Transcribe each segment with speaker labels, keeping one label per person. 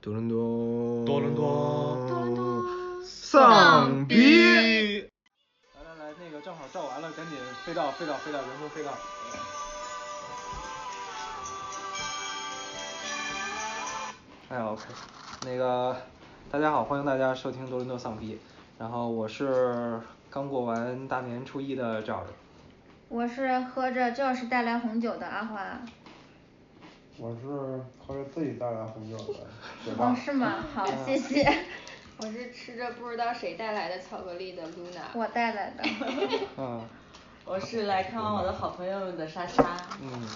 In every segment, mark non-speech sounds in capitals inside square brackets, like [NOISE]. Speaker 1: 多伦多，
Speaker 2: 多伦多
Speaker 3: 多伦多
Speaker 1: 丧逼。
Speaker 2: 逼！
Speaker 4: 来来来，那个正好照完了，赶紧飞到飞到飞到人工飞到。哎呀，OK，那个大家好，欢迎大家收听多伦多丧逼，然后我是刚过完大年初一的赵儿。
Speaker 3: 我是喝着就是带来红酒的阿花。
Speaker 5: 我是靠着自己带来红酒
Speaker 3: [LAUGHS]
Speaker 5: 的，对
Speaker 3: 哦
Speaker 5: 吧，？
Speaker 3: 是吗？好，谢谢。
Speaker 4: [LAUGHS]
Speaker 6: 我是吃着不知道谁带来的巧克力的 Luna，
Speaker 3: 我带来
Speaker 4: [LAUGHS]
Speaker 3: 的。
Speaker 4: 嗯
Speaker 7: 我是来看望我的好朋友们的莎莎。
Speaker 4: 嗯，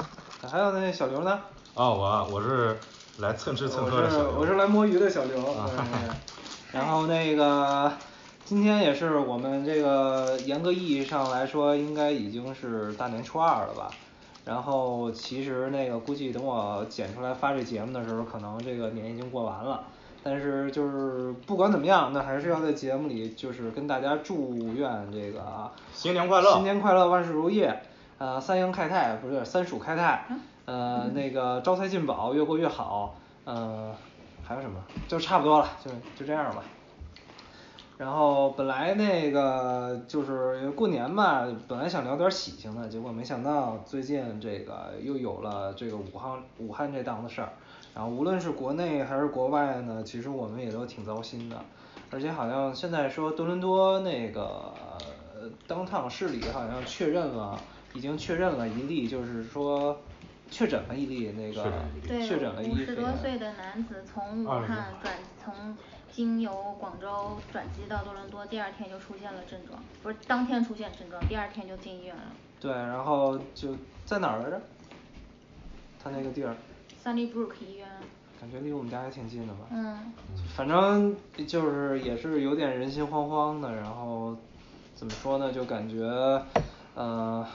Speaker 4: 还有那小刘呢？
Speaker 8: 啊，我啊我是来蹭吃蹭
Speaker 4: 我
Speaker 8: 喝的
Speaker 4: 是
Speaker 8: 小刘
Speaker 4: 我是来摸鱼的小刘。
Speaker 8: 啊
Speaker 4: 对对对然后那个今天也是我们这个严格意义上来说，应该已经是大年初二了吧？然后其实那个估计等我剪出来发这节目的时候，可能这个年已经过完了。但是就是不管怎么样，那还是要在节目里就是跟大家祝愿这个啊
Speaker 8: 新年快乐
Speaker 4: 新年快乐，万事如意。呃，三阳开泰不是三鼠开泰，呃，那个招财进宝，越过越好，呃，还有什么？就差不多了，就就这样吧。然后本来那个就是过年吧，本来想聊点喜庆的，结果没想到最近这个又有了这个武汉武汉这档子事儿。然后无论是国内还是国外呢，其实我们也都挺糟心的，而且好像现在说多伦多那个呃当趟市里好像确认了，已经确认了一例，就是说确诊了一例那个
Speaker 3: 对
Speaker 4: 确诊，了一
Speaker 3: 五
Speaker 4: 例肺
Speaker 3: 十多
Speaker 4: 炎
Speaker 3: 岁的男子从武
Speaker 8: 二十
Speaker 3: 汉
Speaker 8: 多
Speaker 3: 转从经由广州转机到多伦多，第二天就出现了症状，不是当天出现症状，第二天就进医院了。
Speaker 4: 对，然后就在哪儿来着？他那个地儿，
Speaker 3: Sunnybrook 医院。
Speaker 4: 感觉离我们家还挺近的吧？
Speaker 3: 嗯。
Speaker 4: 反正就是也是有点人心惶惶的，然后怎么说呢，就感觉，呃，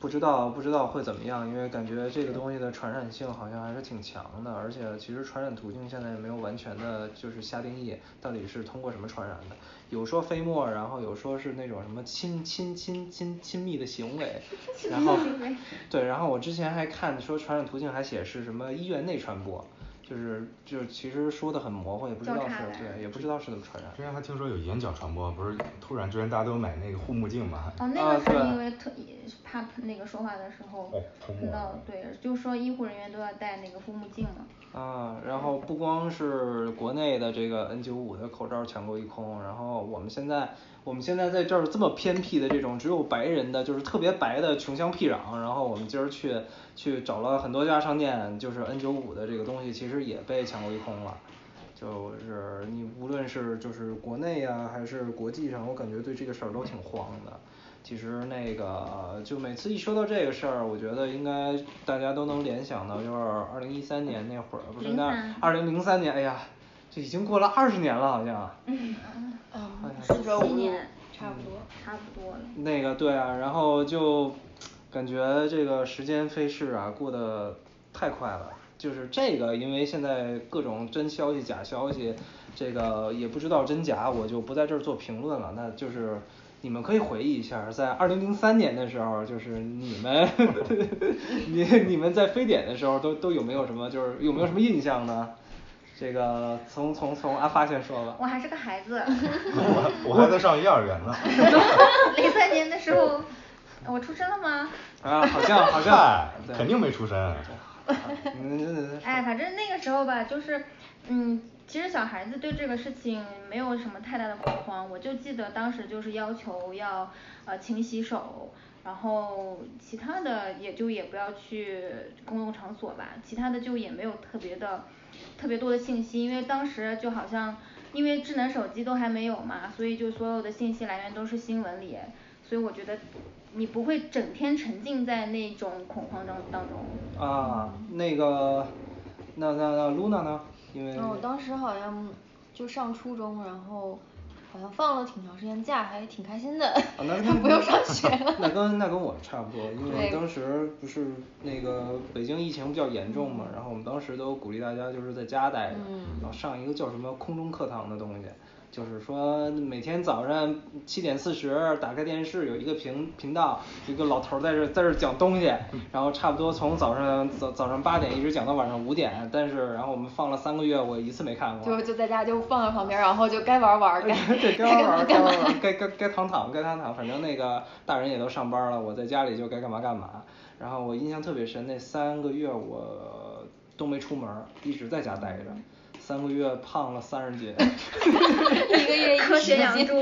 Speaker 4: 不知道不知道会怎么样，因为感觉这个东西的传染性好像还是挺强的，而且其实传染途径现在也没有完全的就是下定义，到底是通过什么传染的，有说飞沫，然后有说是那种什么亲亲亲亲亲密的行为，然后对，然后我之前还看说传染途径还写是什么医院内传播。就是就是其实说的很模糊，也不知
Speaker 3: 交
Speaker 4: 道是
Speaker 3: 叉的
Speaker 4: 对，也不知道是怎么传染
Speaker 8: 之。前还听说有眼角传播，不是突然之间大家都买那个护目镜
Speaker 4: [LAUGHS]
Speaker 8: 嘛？
Speaker 3: 哦，那
Speaker 4: 啊
Speaker 3: 个是
Speaker 4: 对哦
Speaker 3: 因为特意怕那个说话的时候
Speaker 8: 哎喷
Speaker 3: 喷
Speaker 8: 墨
Speaker 3: 到，对，就说医护人员都要戴那个护目镜嘛。
Speaker 4: 啊，然后不光是国内的这个 N95 的口罩抢购一空，然后我们现在我们现在在这儿这么偏僻的这种只有白人的，就是特别白的穷乡僻壤，然后我们今儿去去找了很多家商店，就是 N95 的这个东西其实也被抢购一空了。就是你无论是就是国内啊，还是国际上，我感觉对这个事儿都挺慌的。其实那个就每次一说到这个事儿，我觉得应该大家都能联想到，就是二零一三年那会儿，不是那二零零三年，哎呀，这已经过了二十年了，好像。
Speaker 7: 嗯，顺着
Speaker 3: 今年
Speaker 6: 差不多。
Speaker 3: 差不多了。
Speaker 4: 那个对啊，然后就感觉这个时间飞逝啊，过得太快了。就是这个，因为现在各种真消息、假消息，这个也不知道真假，我就不在这儿做评论了。那就是你们可以回忆一下，在二零零三年的时候，就是你们 [LAUGHS] 你你们在非典的时候都都有没有什么，就是有没有什么印象呢？这个从从从阿发先说吧。
Speaker 3: 我还是个孩
Speaker 4: [LAUGHS]
Speaker 3: 子。
Speaker 8: 我还我还在上幼儿园呢。
Speaker 3: 零三年的时候，我出生了吗？
Speaker 4: 啊，好像好像
Speaker 8: 嗨，
Speaker 4: 对
Speaker 8: 肯定没出身。啊
Speaker 4: 嗯，真的
Speaker 3: 哎，反正那个时候吧，就是，嗯，其实小孩子对这个事情没有什么太大的恐慌。我就记得当时就是要求要呃勤洗手，然后其他的也就也不要去公共场所吧，其他的就也没有特别的特别多的信息，因为当时就好像因为智能手机都还没有嘛，所以就所有的信息来源都是新闻里，所以我觉得你不会整天沉浸在那种恐慌当当中。
Speaker 4: 啊，那个，那那那 Luna 呢？因为
Speaker 6: 嗯，我当时好像就上初中，然后好像放了挺长时间假，还挺开心的，
Speaker 4: 啊，那
Speaker 6: [LAUGHS] 不用上学
Speaker 4: [LAUGHS] 那
Speaker 6: 了。
Speaker 4: 跟那跟我差不多，因为
Speaker 6: 对
Speaker 4: 当时不是那个北京疫情比较严重嘛，然
Speaker 6: 嗯
Speaker 4: 后我们当时都鼓励大家就是在家待着，然后上一个叫什么空中课堂的东西，就是说每天早上七点四十打开电视，有一个频频道，一个老头儿在这在这讲东西，然后差不多从早上早早上八点一直讲到晚上五点，但是然后我们放了三个月，我一次没看过。
Speaker 6: 就就在家就放在旁边，然后就该玩玩，
Speaker 4: [LAUGHS]
Speaker 6: 该
Speaker 4: 对，该
Speaker 6: 干
Speaker 4: 玩
Speaker 6: 嘛
Speaker 4: 玩
Speaker 6: 干
Speaker 4: 该
Speaker 6: 嘛
Speaker 4: 玩玩，该该该躺躺该躺躺，反正那个大人也都上班了，我在家里就该干嘛干嘛。然后我印象特别深，那三个月我都没出门儿，一直在家待着，三个月胖了三十斤。 [LAUGHS]
Speaker 6: 一个月一
Speaker 3: 科学
Speaker 6: 十
Speaker 3: 养
Speaker 6: 斤
Speaker 3: 猪。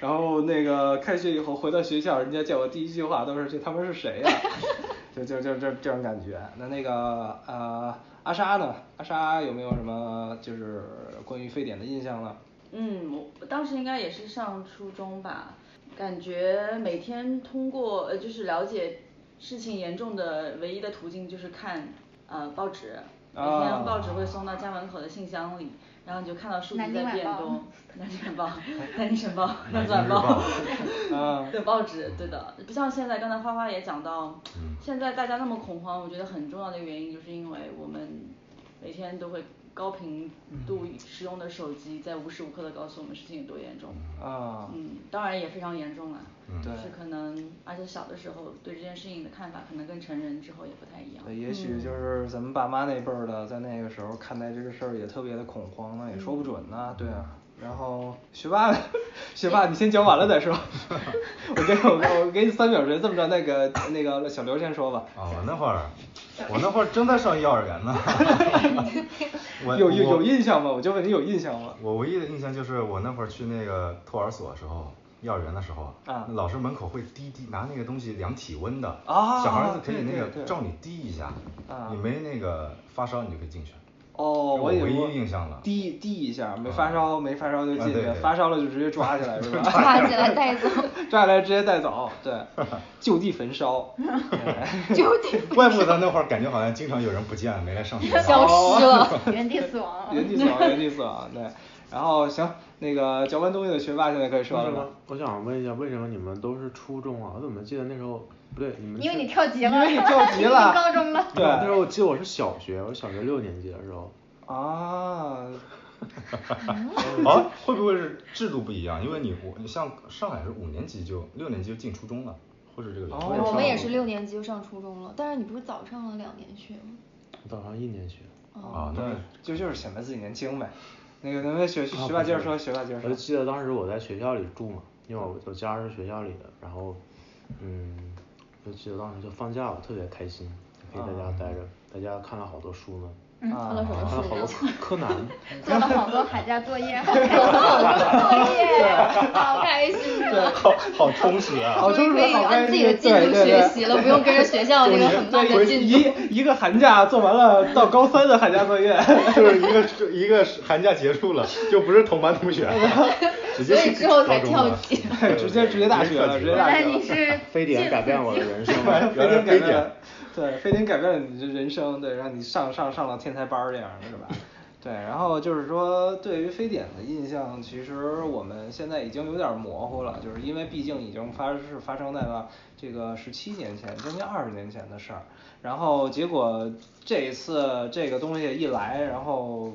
Speaker 4: 然后那个开学以后回到学校，人家叫我第一句话都是这他们是谁呀、 [LAUGHS] 就就就这这种感觉。那那个呃阿莎呢？阿莎有没有什么就是关于非典的印象呢？
Speaker 7: 嗯，我我当时应该也是上初中吧，感觉每天通过呃就是了解事情严重的唯一的途径就是看呃报纸，每
Speaker 4: 啊
Speaker 7: 天报纸会送到家门口的信箱里，然后你就看到数
Speaker 3: 南
Speaker 7: 字
Speaker 3: 京
Speaker 7: 在
Speaker 3: 晚
Speaker 7: 变
Speaker 3: 报
Speaker 7: 动，南京晚报、南京晨报、
Speaker 8: 南
Speaker 7: 南
Speaker 8: 京
Speaker 7: 转
Speaker 8: 日
Speaker 7: 报
Speaker 8: 报，
Speaker 4: 啊
Speaker 7: 对报纸，对的，不像现在刚才花花也讲到
Speaker 8: 嗯，
Speaker 7: 现在大家那么恐慌，我觉得很重要的原因就是因为我们每天都会高频度使用的手机在无时无刻的告诉我们事情有多严重。
Speaker 4: 啊，
Speaker 7: 嗯，当然也非常严重了，
Speaker 8: 嗯
Speaker 7: 就
Speaker 4: 对
Speaker 7: 是可能，而且小的时候对这件事情的看法可能跟成人之后也不太一样。
Speaker 4: 对，呃也
Speaker 6: 嗯
Speaker 4: 许就是咱们爸妈那辈儿的，在那个时候看待这个事儿也特别的恐慌啊呢，也说不
Speaker 6: 嗯
Speaker 4: 准呢，对啊。然后学霸呢，学霸，你先讲完了再说。 [LAUGHS] 我给我我给你三秒时间，这么着，那个那个小刘先说吧。
Speaker 8: 啊，我那会儿，我那会儿正在上幼儿
Speaker 4: [LAUGHS]
Speaker 8: 园呢。我
Speaker 4: 有有
Speaker 8: 我
Speaker 4: 有印象吗？我就问你有印象吗？
Speaker 8: 我唯一的印象就是我那会儿去那个托儿所的时候，幼儿园的时候，
Speaker 4: 啊
Speaker 8: 老师门口会滴滴拿那个东西量体温的，
Speaker 4: 啊
Speaker 8: 小孩子可以那
Speaker 4: 对对
Speaker 8: 个
Speaker 4: 对
Speaker 8: 照你滴一下，
Speaker 4: 啊
Speaker 8: 你没那个发烧你就可以进去。
Speaker 4: 哦，
Speaker 8: 我
Speaker 4: 以
Speaker 8: 唯
Speaker 4: 为
Speaker 8: 一
Speaker 4: 说
Speaker 8: 印象了
Speaker 4: 滴滴一下，没
Speaker 8: 啊
Speaker 4: 发烧，没发烧就
Speaker 8: 啊
Speaker 4: 进
Speaker 8: 对
Speaker 4: 去，
Speaker 8: 对
Speaker 4: 发烧了就直接抓起来是吧？
Speaker 6: 抓起来带走，
Speaker 4: [LAUGHS] 抓起来直接带走，对，就地焚烧。对
Speaker 6: 就得
Speaker 8: [LAUGHS] 怪不得那会儿感觉好像经常有人不见没来上学。
Speaker 6: [LAUGHS]
Speaker 8: 哦
Speaker 6: 消失了。
Speaker 3: 原地死亡。
Speaker 4: 原地死亡，原地死亡，啊对。然后行，那个嚼完东西的学霸现在可以说了吧？
Speaker 5: 我想问一下，为什么你们都是初中啊？我怎么记得那时候不对，你们
Speaker 3: 因为
Speaker 5: 是
Speaker 3: 你跳级
Speaker 4: 因
Speaker 3: 了，
Speaker 4: 为你 [LAUGHS] 跳级
Speaker 3: [LAUGHS]
Speaker 4: 了
Speaker 3: 高中了。
Speaker 4: 对
Speaker 5: 那时候我记得我是小学，我是小学六年级的时候。
Speaker 4: 啊，
Speaker 6: 嗯
Speaker 8: [LAUGHS] 啊，会不会是制度不一样？因为你我你像上海是五年级就六年级就进初中了，或者这个原因。
Speaker 4: 哦
Speaker 6: 我们也是六年级就上初中了，但是你不是早上了两年学
Speaker 4: [LAUGHS]
Speaker 6: 吗？
Speaker 5: 早上一年学。
Speaker 8: 啊，那
Speaker 4: 就就是显摆自己年轻呗。那个，那个学学霸接着说，学霸接着
Speaker 5: 我就
Speaker 4: 说。
Speaker 5: 记得当时我在学校里住嘛，因为我我家是学校里的，然后，嗯，就记得当时就放假，我特别开心，可以在
Speaker 4: 啊
Speaker 5: 家待着，在家看了好多书呢，
Speaker 3: 嗯，
Speaker 6: 看了什么
Speaker 5: 看了好多
Speaker 6: 书？
Speaker 5: 柯柯南，
Speaker 3: 做了好多寒假作业，好多作业，
Speaker 6: 哦好开心啊！
Speaker 8: 好好充实啊！
Speaker 4: 好
Speaker 6: 终于
Speaker 4: 充实
Speaker 6: 可以
Speaker 4: 好开
Speaker 6: 按自己的
Speaker 4: 心
Speaker 6: 进
Speaker 4: 对
Speaker 6: 度
Speaker 4: 对
Speaker 6: 学
Speaker 4: 对
Speaker 6: 习了，不用跟着学校那个很慢的
Speaker 4: 回
Speaker 6: 进度。
Speaker 4: 一一个寒假做完了，到高三的寒假作业。
Speaker 8: 就是一个 [LAUGHS] 一个寒假结束了，就不是同班同学了，直接
Speaker 6: 所以之后才
Speaker 8: 高中了
Speaker 6: 跳级
Speaker 4: 对直接直接大学了直接
Speaker 3: 原
Speaker 4: 大
Speaker 3: 来
Speaker 4: 学
Speaker 3: 你是
Speaker 5: [LAUGHS] 非典改变我的人生了。
Speaker 4: [LAUGHS] 非典改
Speaker 8: 非
Speaker 4: 变
Speaker 8: 典
Speaker 4: 了，对，非典改变了你这人生，对，让你上上上到天才班儿这样的是吧？ [LAUGHS] 对，然后就是说，对于非典的印象，其实我们现在已经有点儿模糊了，就是因为毕竟已经发是发生在了这个十七年前，将近二十年前的事儿。然后结果这一次这个东西一来，然后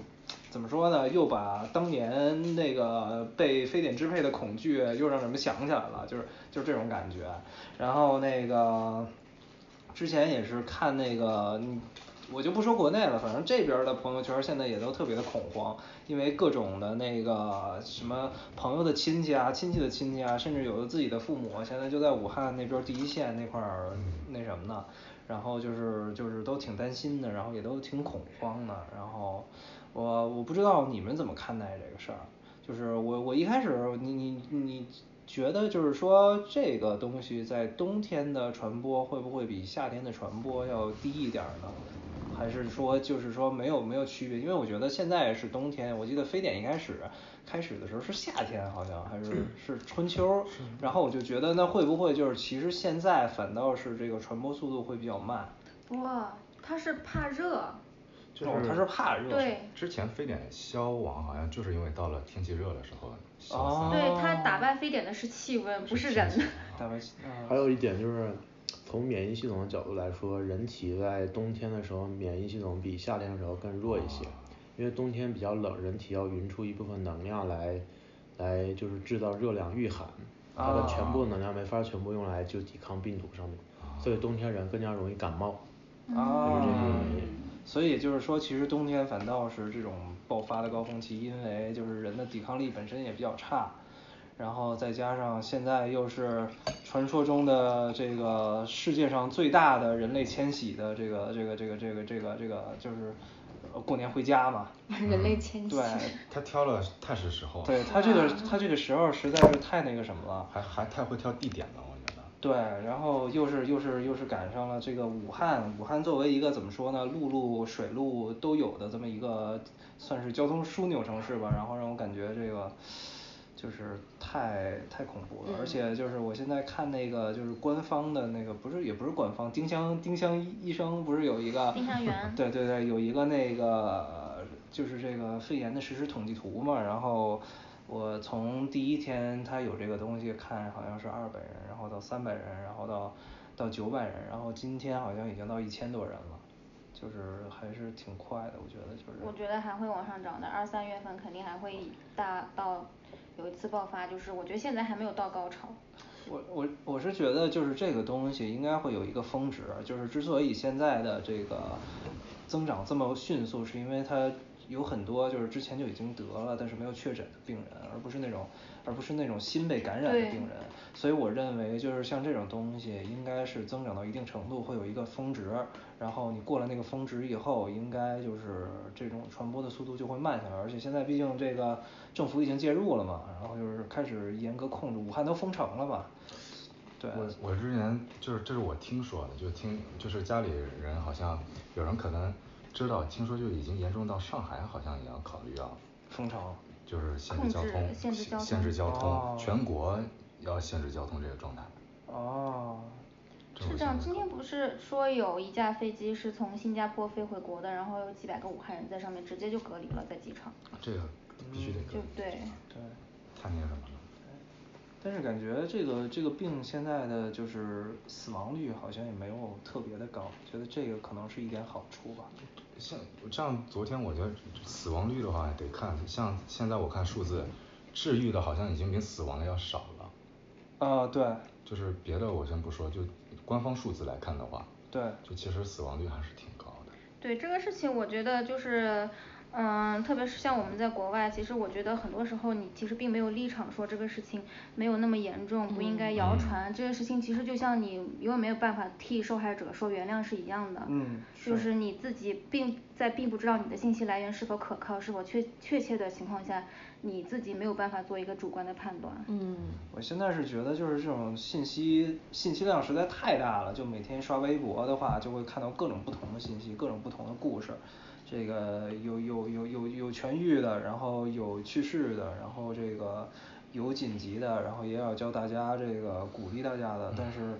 Speaker 4: 怎么说呢？又把当年那个被非典支配的恐惧又让人们想起来了，就是就是这种感觉。然后那个之前也是看那个，嗯我就不说国内了，反正这边儿的朋友圈儿现在也都特别的恐慌，因为各种的那个什么朋友的亲戚啊、亲戚的亲戚啊，甚至有的自己的父母啊现在就在武汉那边儿第一线那块儿那什么呢，然后就是就是都挺担心的，然后也都挺恐慌的，然后我我不知道你们怎么看待这个事儿，就是我我一开始你你你觉得就是说这个东西在冬天的传播会不会比夏天的传播要低一点儿呢？还是说就是说没有没有区别？因为我觉得现在是冬天，我记得非典一开始开始的时候是夏天，好像还是嗯是春秋，然后我就觉得那会不会就是其实现在反倒是这个传播速度会比较慢？
Speaker 3: 哇，他是怕热，
Speaker 8: 就是
Speaker 4: 哦他是怕热，
Speaker 3: 对，
Speaker 8: 之前非典消亡好像就是因为到了天气热的时候消
Speaker 4: 哦
Speaker 8: 散。
Speaker 3: 对他打败非典的是气温，不是人。
Speaker 4: 大白
Speaker 5: 还
Speaker 4: 啊
Speaker 5: 有一点就是，从免疫系统的角度来说，人体在冬天的时候免疫系统比夏天的时候更弱一些，因为冬天比较冷，人体要匀出一部分能量来，来就是制造热量御寒，它的全部能量没法全部用来就抵抗病毒上面，所以冬天人更加容易感冒。
Speaker 4: 啊，所以就是说，其实冬天反倒是这种爆发的高峰期，因为就是人的抵抗力本身也比较差，然后再加上现在又是传说中的这个世界上最大的人类迁徙的这个这个这个这个这个这个就是呃过年回家嘛，
Speaker 6: 人类迁徙
Speaker 4: 对，
Speaker 8: 他挑了太是时候了，
Speaker 4: 对他这个他这个时候实在是太那个什么了。
Speaker 8: 还还太会挑地点了，我觉得。
Speaker 4: 对，然后又是又是又是赶上了这个武汉，武汉作为一个怎么说呢，陆路、水路都有的这么一个算是交通枢纽城市吧，然后让我感觉这个就是太太恐怖
Speaker 3: 嗯
Speaker 4: 了，而且就是我现在看那个就是官方的那个，不是也不是官方，丁香丁香医生不是有一个
Speaker 3: 丁香
Speaker 4: [LAUGHS]
Speaker 3: 园
Speaker 4: 对对对，有一个那个就是这个肺炎的实时统计图嘛，然后。我从第一天他有这个东西看，好像是二百人，然后到三百人，然后到到九百人，然后今天好像已经到一千多人了，就是还是挺快的，我觉得就是。
Speaker 3: 我觉得还会往上涨的，二三月份肯定还会大到有一次爆发，就是我觉得现在还没有到高潮。
Speaker 4: 我我我是觉得就是这个东西应该会有一个峰值，啊就是之所以现在的这个增长这么迅速，是因为它有很多就是之前就已经得了但是没有确诊的病人，而不是那种而不是那种新被感染的
Speaker 3: 对
Speaker 4: 病人，所以我认为就是像这种东西应该是增长到一定程度会有一个峰值，然后你过了那个峰值以后，应该就是这种传播的速度就会慢下来，而且现在毕竟这个政府已经介入了嘛，然后就是开始严格控制，武汉都封城了嘛，对，
Speaker 8: 我我之前就是这是我听说的，就听就是家里人好像有人可能知道，听说就已经严重到上海好像也要考虑要，
Speaker 4: 封城。
Speaker 8: 就是限
Speaker 3: 控
Speaker 8: 制交
Speaker 3: 制
Speaker 8: 通，
Speaker 3: 限制交
Speaker 8: 限制
Speaker 3: 通
Speaker 8: 交
Speaker 4: 哦
Speaker 8: 通，全国要限制交通这个状态。
Speaker 4: 哦，
Speaker 8: 我
Speaker 3: 是这样，
Speaker 8: 现在
Speaker 3: 今天
Speaker 8: 考
Speaker 3: 不是说有一架飞机是从新加坡飞回国的，然后有几百个武汉人在上面直接就隔离了，在机场。
Speaker 8: 这个必须得
Speaker 3: 嗯就
Speaker 8: 跟，
Speaker 3: 对，
Speaker 4: 对。
Speaker 8: 太那什么了。
Speaker 4: 但是感觉这个这个病现在的就是死亡率好像也没有特别的高，觉得这个可能是一点好处吧。
Speaker 8: 像像昨天我觉得死亡率的话得看，像现在我看数字，治愈的好像已经比死亡的要少了。
Speaker 4: 啊、对，
Speaker 8: 就是别的我先不说，就官方数字来看的话，
Speaker 4: 对
Speaker 8: 就其实死亡率还是挺高的。
Speaker 3: 对这个事情，我觉得就是，嗯，特别是像我们在国外，其实我觉得很多时候你其实并没有立场说这个事情没有那么严重，不应该谣传。这个事情其实就像你永远没有办法替受害者说原谅是一样的。
Speaker 4: 嗯
Speaker 3: 就是是你自己并在并不知道你的信息来源是否可靠、是否确确切的情况下，你自己没有办法做一个主观的判断。
Speaker 6: 嗯，
Speaker 4: 我现在是觉得就是这种信息信息量实在太大了，就每天刷微博的话，就会看到各种不同的信息，各种不同的故事。这个有有有有有痊愈的，然后有去世的，然后这个有紧急的，然后也要教大家这个鼓励大家的。但是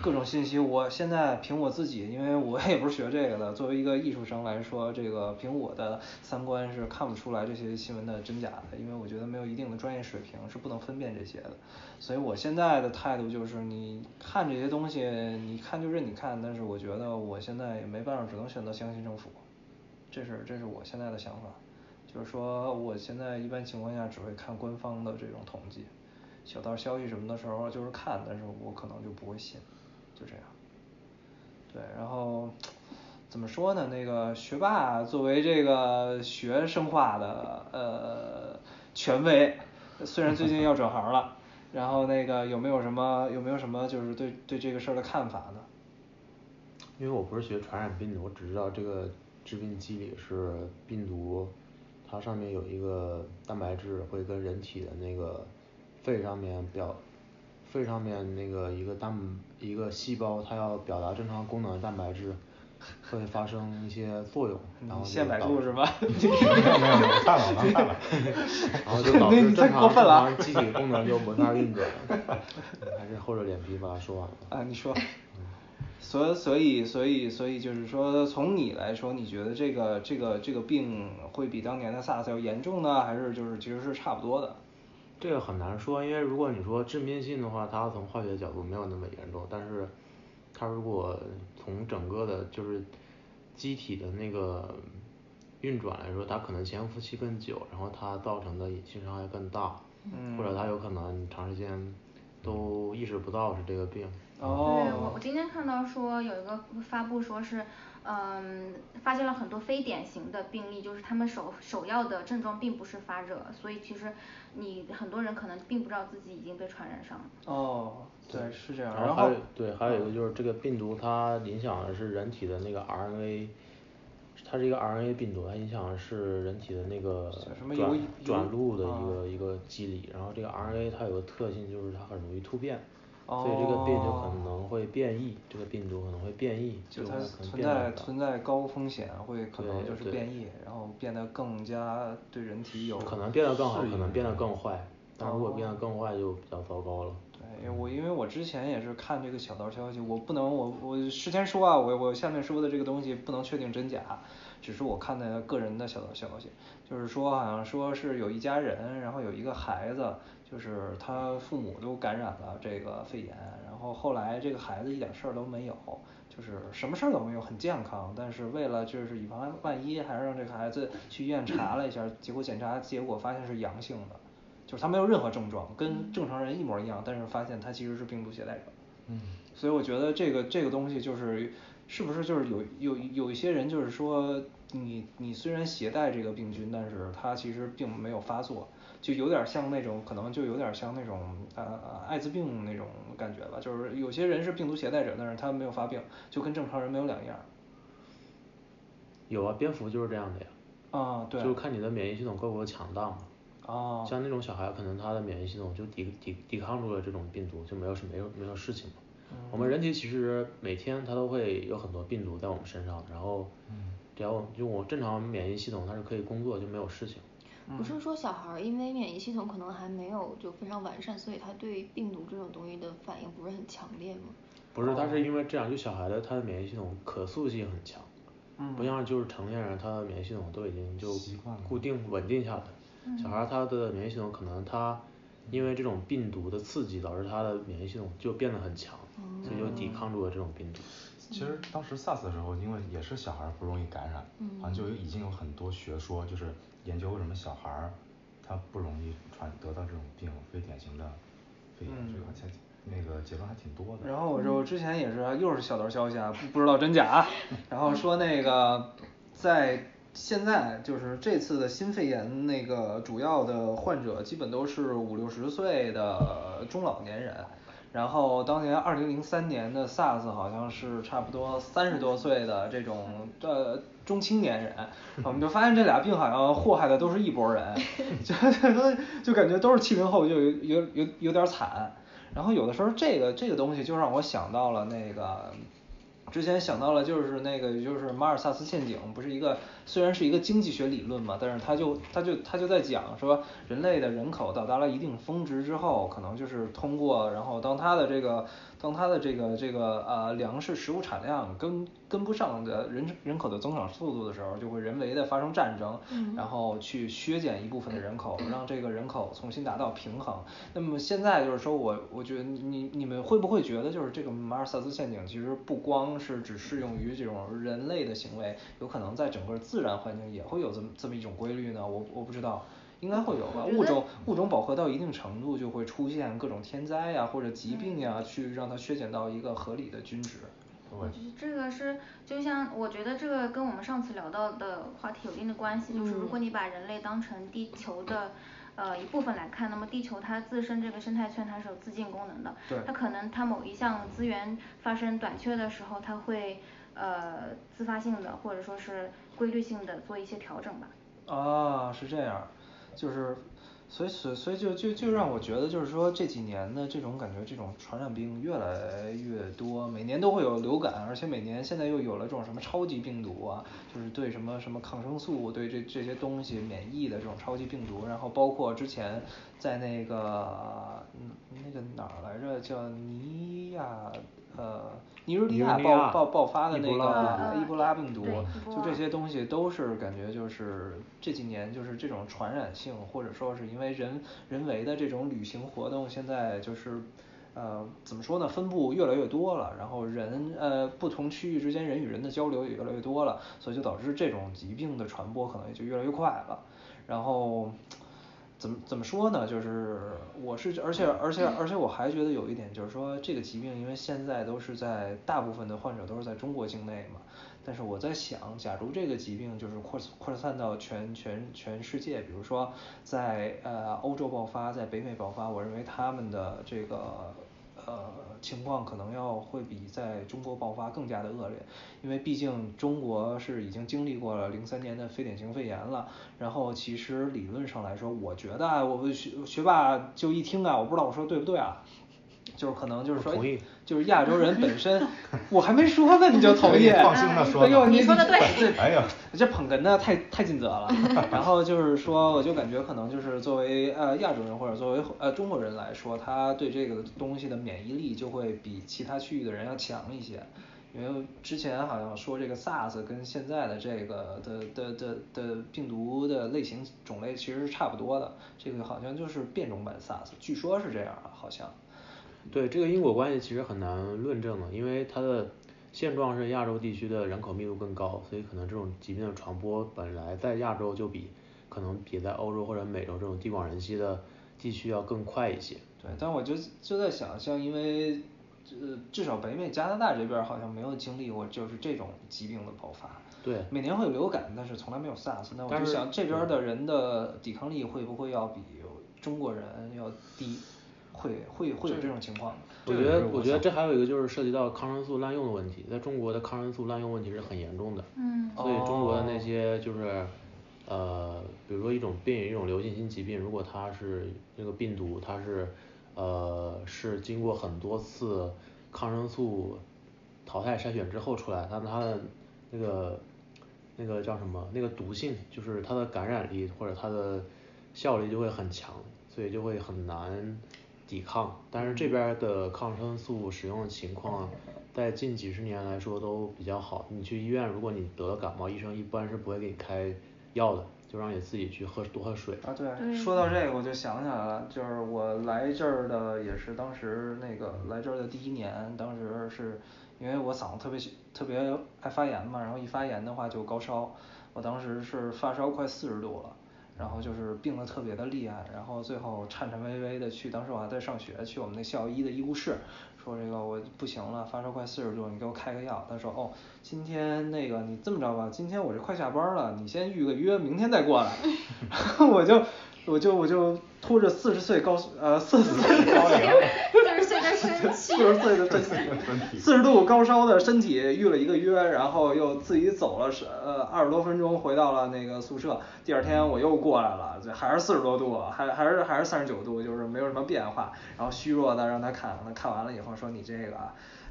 Speaker 4: 各种信息，我现在凭我自己，因为我也不是学这个的，作为一个艺术生来说，这个凭我的三观是看不出来这些新闻的真假的，因为我觉得没有一定的专业水平是不能分辨这些的。所以我现在的态度就是，你看这些东西，你看就任你看，但是我觉得我现在也没办法，只能选择相信政府。这是这是我现在的想法，就是说我现在一般情况下只会看官方的这种统计，小道消息什么的时候就是看，但是我可能就不会信，就这样。对，然后怎么说呢？那个学霸作为这个学生化的呃权威，虽然最近要转行了，然后那个有没有什么有没有什么就是对对这个事儿的看法呢？
Speaker 5: 因为我不是学传染病的，我只知道这个致病机理是病毒，它上面有一个蛋白质会跟人体的那个肺上面表，肺上面那个一个蛋一个细胞，它要表达正常功能的蛋白质会发生一些作用，然后
Speaker 4: 你
Speaker 5: 就
Speaker 4: 现百
Speaker 5: 导
Speaker 4: 度
Speaker 5: 致
Speaker 4: 是吧？ [LAUGHS]
Speaker 8: 看了，看了。
Speaker 5: 然后就导
Speaker 4: [LAUGHS]
Speaker 5: 致
Speaker 4: 你太
Speaker 5: 正
Speaker 4: 过
Speaker 5: 常
Speaker 4: 分
Speaker 5: 正
Speaker 4: 了啊
Speaker 5: 常机体功能就没法运转， [LAUGHS] 嗯还是厚着脸皮把它说完了。
Speaker 4: 啊，你说。所所以所以所以就是说，从你来说，你觉得这个这个这个病会比当年的 SARS 要严重呢，还是就是其实是差不多的？
Speaker 5: 这个很难说，因为如果你说致命性的话，它从化学角度没有那么严重，但是它如果从整个的，就是机体的那个运转来说，它可能潜伏期更久，然后它造成的隐性伤害更大，
Speaker 4: 嗯
Speaker 5: 或者它有可能长时间都意识不到是这个病。
Speaker 3: 对，我
Speaker 4: 哦
Speaker 3: 我，今天看到说有一个发布说是，嗯，发现了很多非典型的病例，就是他们首首要的症状并不是发热，所以其实你很多人可能并不知道自己已经被传染上了。
Speaker 4: 哦，对，是这样。
Speaker 5: 然
Speaker 4: 然
Speaker 5: 还
Speaker 4: 后嗯
Speaker 5: 有对，还有一个就是这个病毒它影响的是人体的那个 RNA，它是一个 RNA 病毒，它影响的是人体的那个
Speaker 4: 叫什么
Speaker 5: 转
Speaker 4: 由于
Speaker 5: 转录的
Speaker 4: 啊
Speaker 5: 一个一个机理。然后这个 RNA 它有个特性就是它很容易突变，所以这个病就可
Speaker 4: 哦
Speaker 5: 能会变异，这个病毒可能会变异，
Speaker 4: 就
Speaker 5: 会
Speaker 4: 它
Speaker 5: 可能
Speaker 4: 存
Speaker 5: 变得
Speaker 4: 在
Speaker 5: 很大
Speaker 4: 存在高风险，会可能
Speaker 5: 对
Speaker 4: 就是
Speaker 5: 对
Speaker 4: 变异，然后变得更加对人体有
Speaker 5: 可能变得更好，
Speaker 8: 适
Speaker 5: 可能
Speaker 8: 应
Speaker 5: 变得更坏。但如果变得
Speaker 4: 哦
Speaker 5: 更坏就比较糟糕了。
Speaker 4: 对，因为哎我因为我之前也是看这个小道消息，我不能我我事先说啊，我我下面说的这个东西不能确定真假，只是我看的个人的小道消息，就是说好像说是有一家人，然后有一个孩子，就是他父母都感染了这个肺炎，然后后来这个孩子一点事儿都没有，就是什么事儿都没有，很健康，但是为了就是以防万一，还是让这个孩子去医院查了一下，结果检查结果发现是阳性的。就是他没有任何症状，
Speaker 6: 嗯
Speaker 4: 跟正常人一模一样，但是发现他其实是病毒携带者。
Speaker 8: 嗯，
Speaker 4: 所以我觉得这个这个东西就是，是不是就是有有有一些人就是说你你虽然携带这个病菌，但是他其实并没有发作，就有点像那种可能就有点像那种呃艾滋病那种感觉吧，就是有些人是病毒携带者，但是他没有发病，就跟正常人没有两样。
Speaker 5: 有啊，蝙蝠就是这样的呀。
Speaker 4: 啊，对，
Speaker 5: 就是看你的免疫系统够不够强大嘛。
Speaker 4: 哦
Speaker 5: 像那种小孩，可能他的免疫系统就抵抵抵抗住了这种病毒，就没有什没有没有事情嘛。
Speaker 4: 嗯
Speaker 5: 我们人体其实每天它都会有很多病毒在我们身上，然后
Speaker 8: 嗯
Speaker 5: 只要用我正常免疫系统，它是可以工作就没有事情。
Speaker 4: 嗯
Speaker 6: 不是说小孩儿因为免疫系统可能还没有就非常完善，所以他对病毒这种东西的反应不是很强烈吗？
Speaker 5: 不是，它是因为这样，就小孩的他的免疫系统可塑性很强，
Speaker 4: 嗯
Speaker 5: 不像就是成年人他的免疫系统都已经就
Speaker 8: 嗯习惯了嗯
Speaker 5: 固定稳定下来。小孩他的免疫系统可能他因为这种病毒的刺激，导致他的免疫系统就变得很强，
Speaker 8: 哦
Speaker 5: 所以就抵抗住了这种病毒。
Speaker 8: 其实当时 SARS 的时候，因为也是小孩儿不容易感染，好像就已经有很多学说，就是研究为什么小孩儿他不容易传得到这种病，非典型的肺炎，这个还那个结论还挺多的。
Speaker 4: 然后我就之前也是又是小道消息啊，不不知道真假
Speaker 8: [LAUGHS]
Speaker 4: 啊，然后说那个在现在就是这次的新肺炎那个主要的患者基本都是五六十岁的中老年人。然后当年二零零三年的 SARS 好像是差不多三十多岁的这种呃中青年人，我们就发现这俩病好像祸害的都是一拨
Speaker 8: [LAUGHS]
Speaker 4: 人，就就就感觉都是七零后，就有有有有点惨。然后有的时候这个这个东西就让我想到了那个。之前想到了就是那个就是马尔萨斯陷阱，不是一个虽然是一个经济学理论嘛，但是它就它就它就在讲说人类的人口到达了一定峰值之后，可能就是通过然后当它的这个当它的这个这个呃粮食食物产量跟跟不上的人人口的增长速度的时候，就会人为的发生战争，然后去削减一部分的人口，让这个人口重新达到平衡。那么现在就是说我，我觉得你你们会不会觉得，就是这个马尔萨斯陷阱其实不光是只适用于这种人类的行为，有可能在整个自然环境也会有这么这么一种规律呢？我我不知道。应该会有吧，物种物种饱和到一定程度，就会出现各种天灾呀、或者疾病呀、去让它削减到一个合理的均值。
Speaker 8: 我
Speaker 3: 就是这个是，就像我觉得这个跟我们上次聊到的话题有一定的关系，就是如果你把人类当成地球的。呃，一部分来看，那么地球它自身这个生态圈它是有自净功能的
Speaker 4: 对，
Speaker 3: 它可能它某一项资源发生短缺的时候，它会呃自发性的或者说是规律性的做一些调整吧。
Speaker 4: 啊，是这样，就是，所以所以所以就就就让我觉得，就是说这几年的这种感觉，这种传染病越来越多，每年都会有流感，而且每年现在又有了这种什么超级病毒啊，就是对什么什么抗生素，对这这些东西免疫的这种超级病毒，然后包括之前在那个嗯那个哪儿来着，叫尼亚呃尼日利亚
Speaker 5: 尼日利
Speaker 4: 爆
Speaker 5: 亚
Speaker 4: 爆爆发的
Speaker 5: 伊
Speaker 4: 那
Speaker 5: 波拉
Speaker 4: 个伊波拉病毒
Speaker 3: 对伊，波
Speaker 4: 就这
Speaker 3: 拉
Speaker 4: 些东西都是感觉就是这几年就是这种传染性，或者说是因为人人为的这种旅行活动，现在就是呃，怎么说呢？分布越来越多了，然后人呃不同区域之间人与人的交流也越来越多了，所以就导致这种疾病的传播可能也就越来越快了。然后怎么怎么说呢？就是我是，而且而且而且我还觉得有一点就是说，这个疾病因为现在都是在大部分的患者都是在中国境内嘛，但是我在想，假如这个疾病就是扩扩散到全全全世界，比如说在呃欧洲爆发，在北美爆发，我认为他们的这个呃情况可能要会比在中国爆发更加的恶劣，因为毕竟中国是已经经历过了零三年的非典型肺炎了。然后其实理论上来说，我觉得啊我学学霸就一听啊，我不知道我说对不对啊，就是可能就是说
Speaker 5: 我同意，
Speaker 4: 就是亚洲人本身，我还没说呢你就同意，
Speaker 8: 哎放心吧说
Speaker 4: 哎呦
Speaker 8: 吧
Speaker 4: 你
Speaker 3: 你说得对
Speaker 8: 哎呀，
Speaker 4: 这捧哏的太太尽责
Speaker 8: [LAUGHS]
Speaker 4: 了。然后就是说，我就感觉可能就是作为呃亚洲人或者作为呃中国人来说，他对这个东西的免疫力就会比其他区域的人要强一些。因为之前好像说这个 SARS 跟现在的这个的的的的病毒的类型种类其实是差不多的，这个好像就是变种版 SARS，据说是这样啊，好像。
Speaker 5: 对这个因果关系其实很难论证的，因为它的现状是亚洲地区的人口密度更高，所以可能这种疾病的传播本来在亚洲就比可能比在欧洲或者美洲这种地广人稀的地区要更快一些。
Speaker 4: 对，但我就就在想，像因为呃，至少北美加拿大这边儿好像没有经历过就是这种疾病的爆发。
Speaker 5: 对
Speaker 4: 每年会有流感，但是从来没有 SARS。那我
Speaker 5: 但
Speaker 4: 就是想这边儿的人的抵抗力会不会要比中国人要低？会会会有这种情况吗？
Speaker 5: 我觉得，我觉得这还有一个就是涉及到抗生素滥用的问题，在中国的抗生素滥用问题是很严重的。
Speaker 3: 嗯
Speaker 5: 所以中国的
Speaker 4: 哦
Speaker 5: 那些就是，呃，比如说一种病，一种流行性疾病，如果它是这个病毒，它是呃是经过很多次抗生素淘汰筛选之后出来，那么它的那个那个叫什么？那个毒性就是它的感染力或者它的效力就会很强，所以就会很难抵抗。但是这边儿的抗生素使用情况，在近几十年来说都比较好。你去医院，如果你得了感冒，医生一般是不会给你开药的，就让你自己去喝多喝水。
Speaker 4: 啊，对，
Speaker 3: 对
Speaker 4: 说到这个我就想起来了，就是我来这儿的也是当时那个来这儿的第一年，当时是因为我嗓子特别特别爱发炎嘛，然后一发炎的话就高烧，我当时是发烧快四十度了。然后就是病得特别的厉害，然后最后颤颤巍巍的去，当时我还在上学，去我们那校医的医务室，说这个我不行了，发烧快四十度，你给我开个药。他说哦，今天那个你这么着吧，今天我这快下班了，你先预个约，明天再过来。 [LAUGHS] 然后我就我就我就拖着四十岁高呃四十岁的高龄，
Speaker 3: 四十岁的身躯
Speaker 4: 四十岁的身体，四十度高烧的身体预了一个约，然后又自己走了是呃二十多分钟回到了那个宿舍。第二天我又过来了，这还是四十多度，还还是还是三十九度，就是没有什么变化。然后虚弱的让他看，他看完了以后说你这个。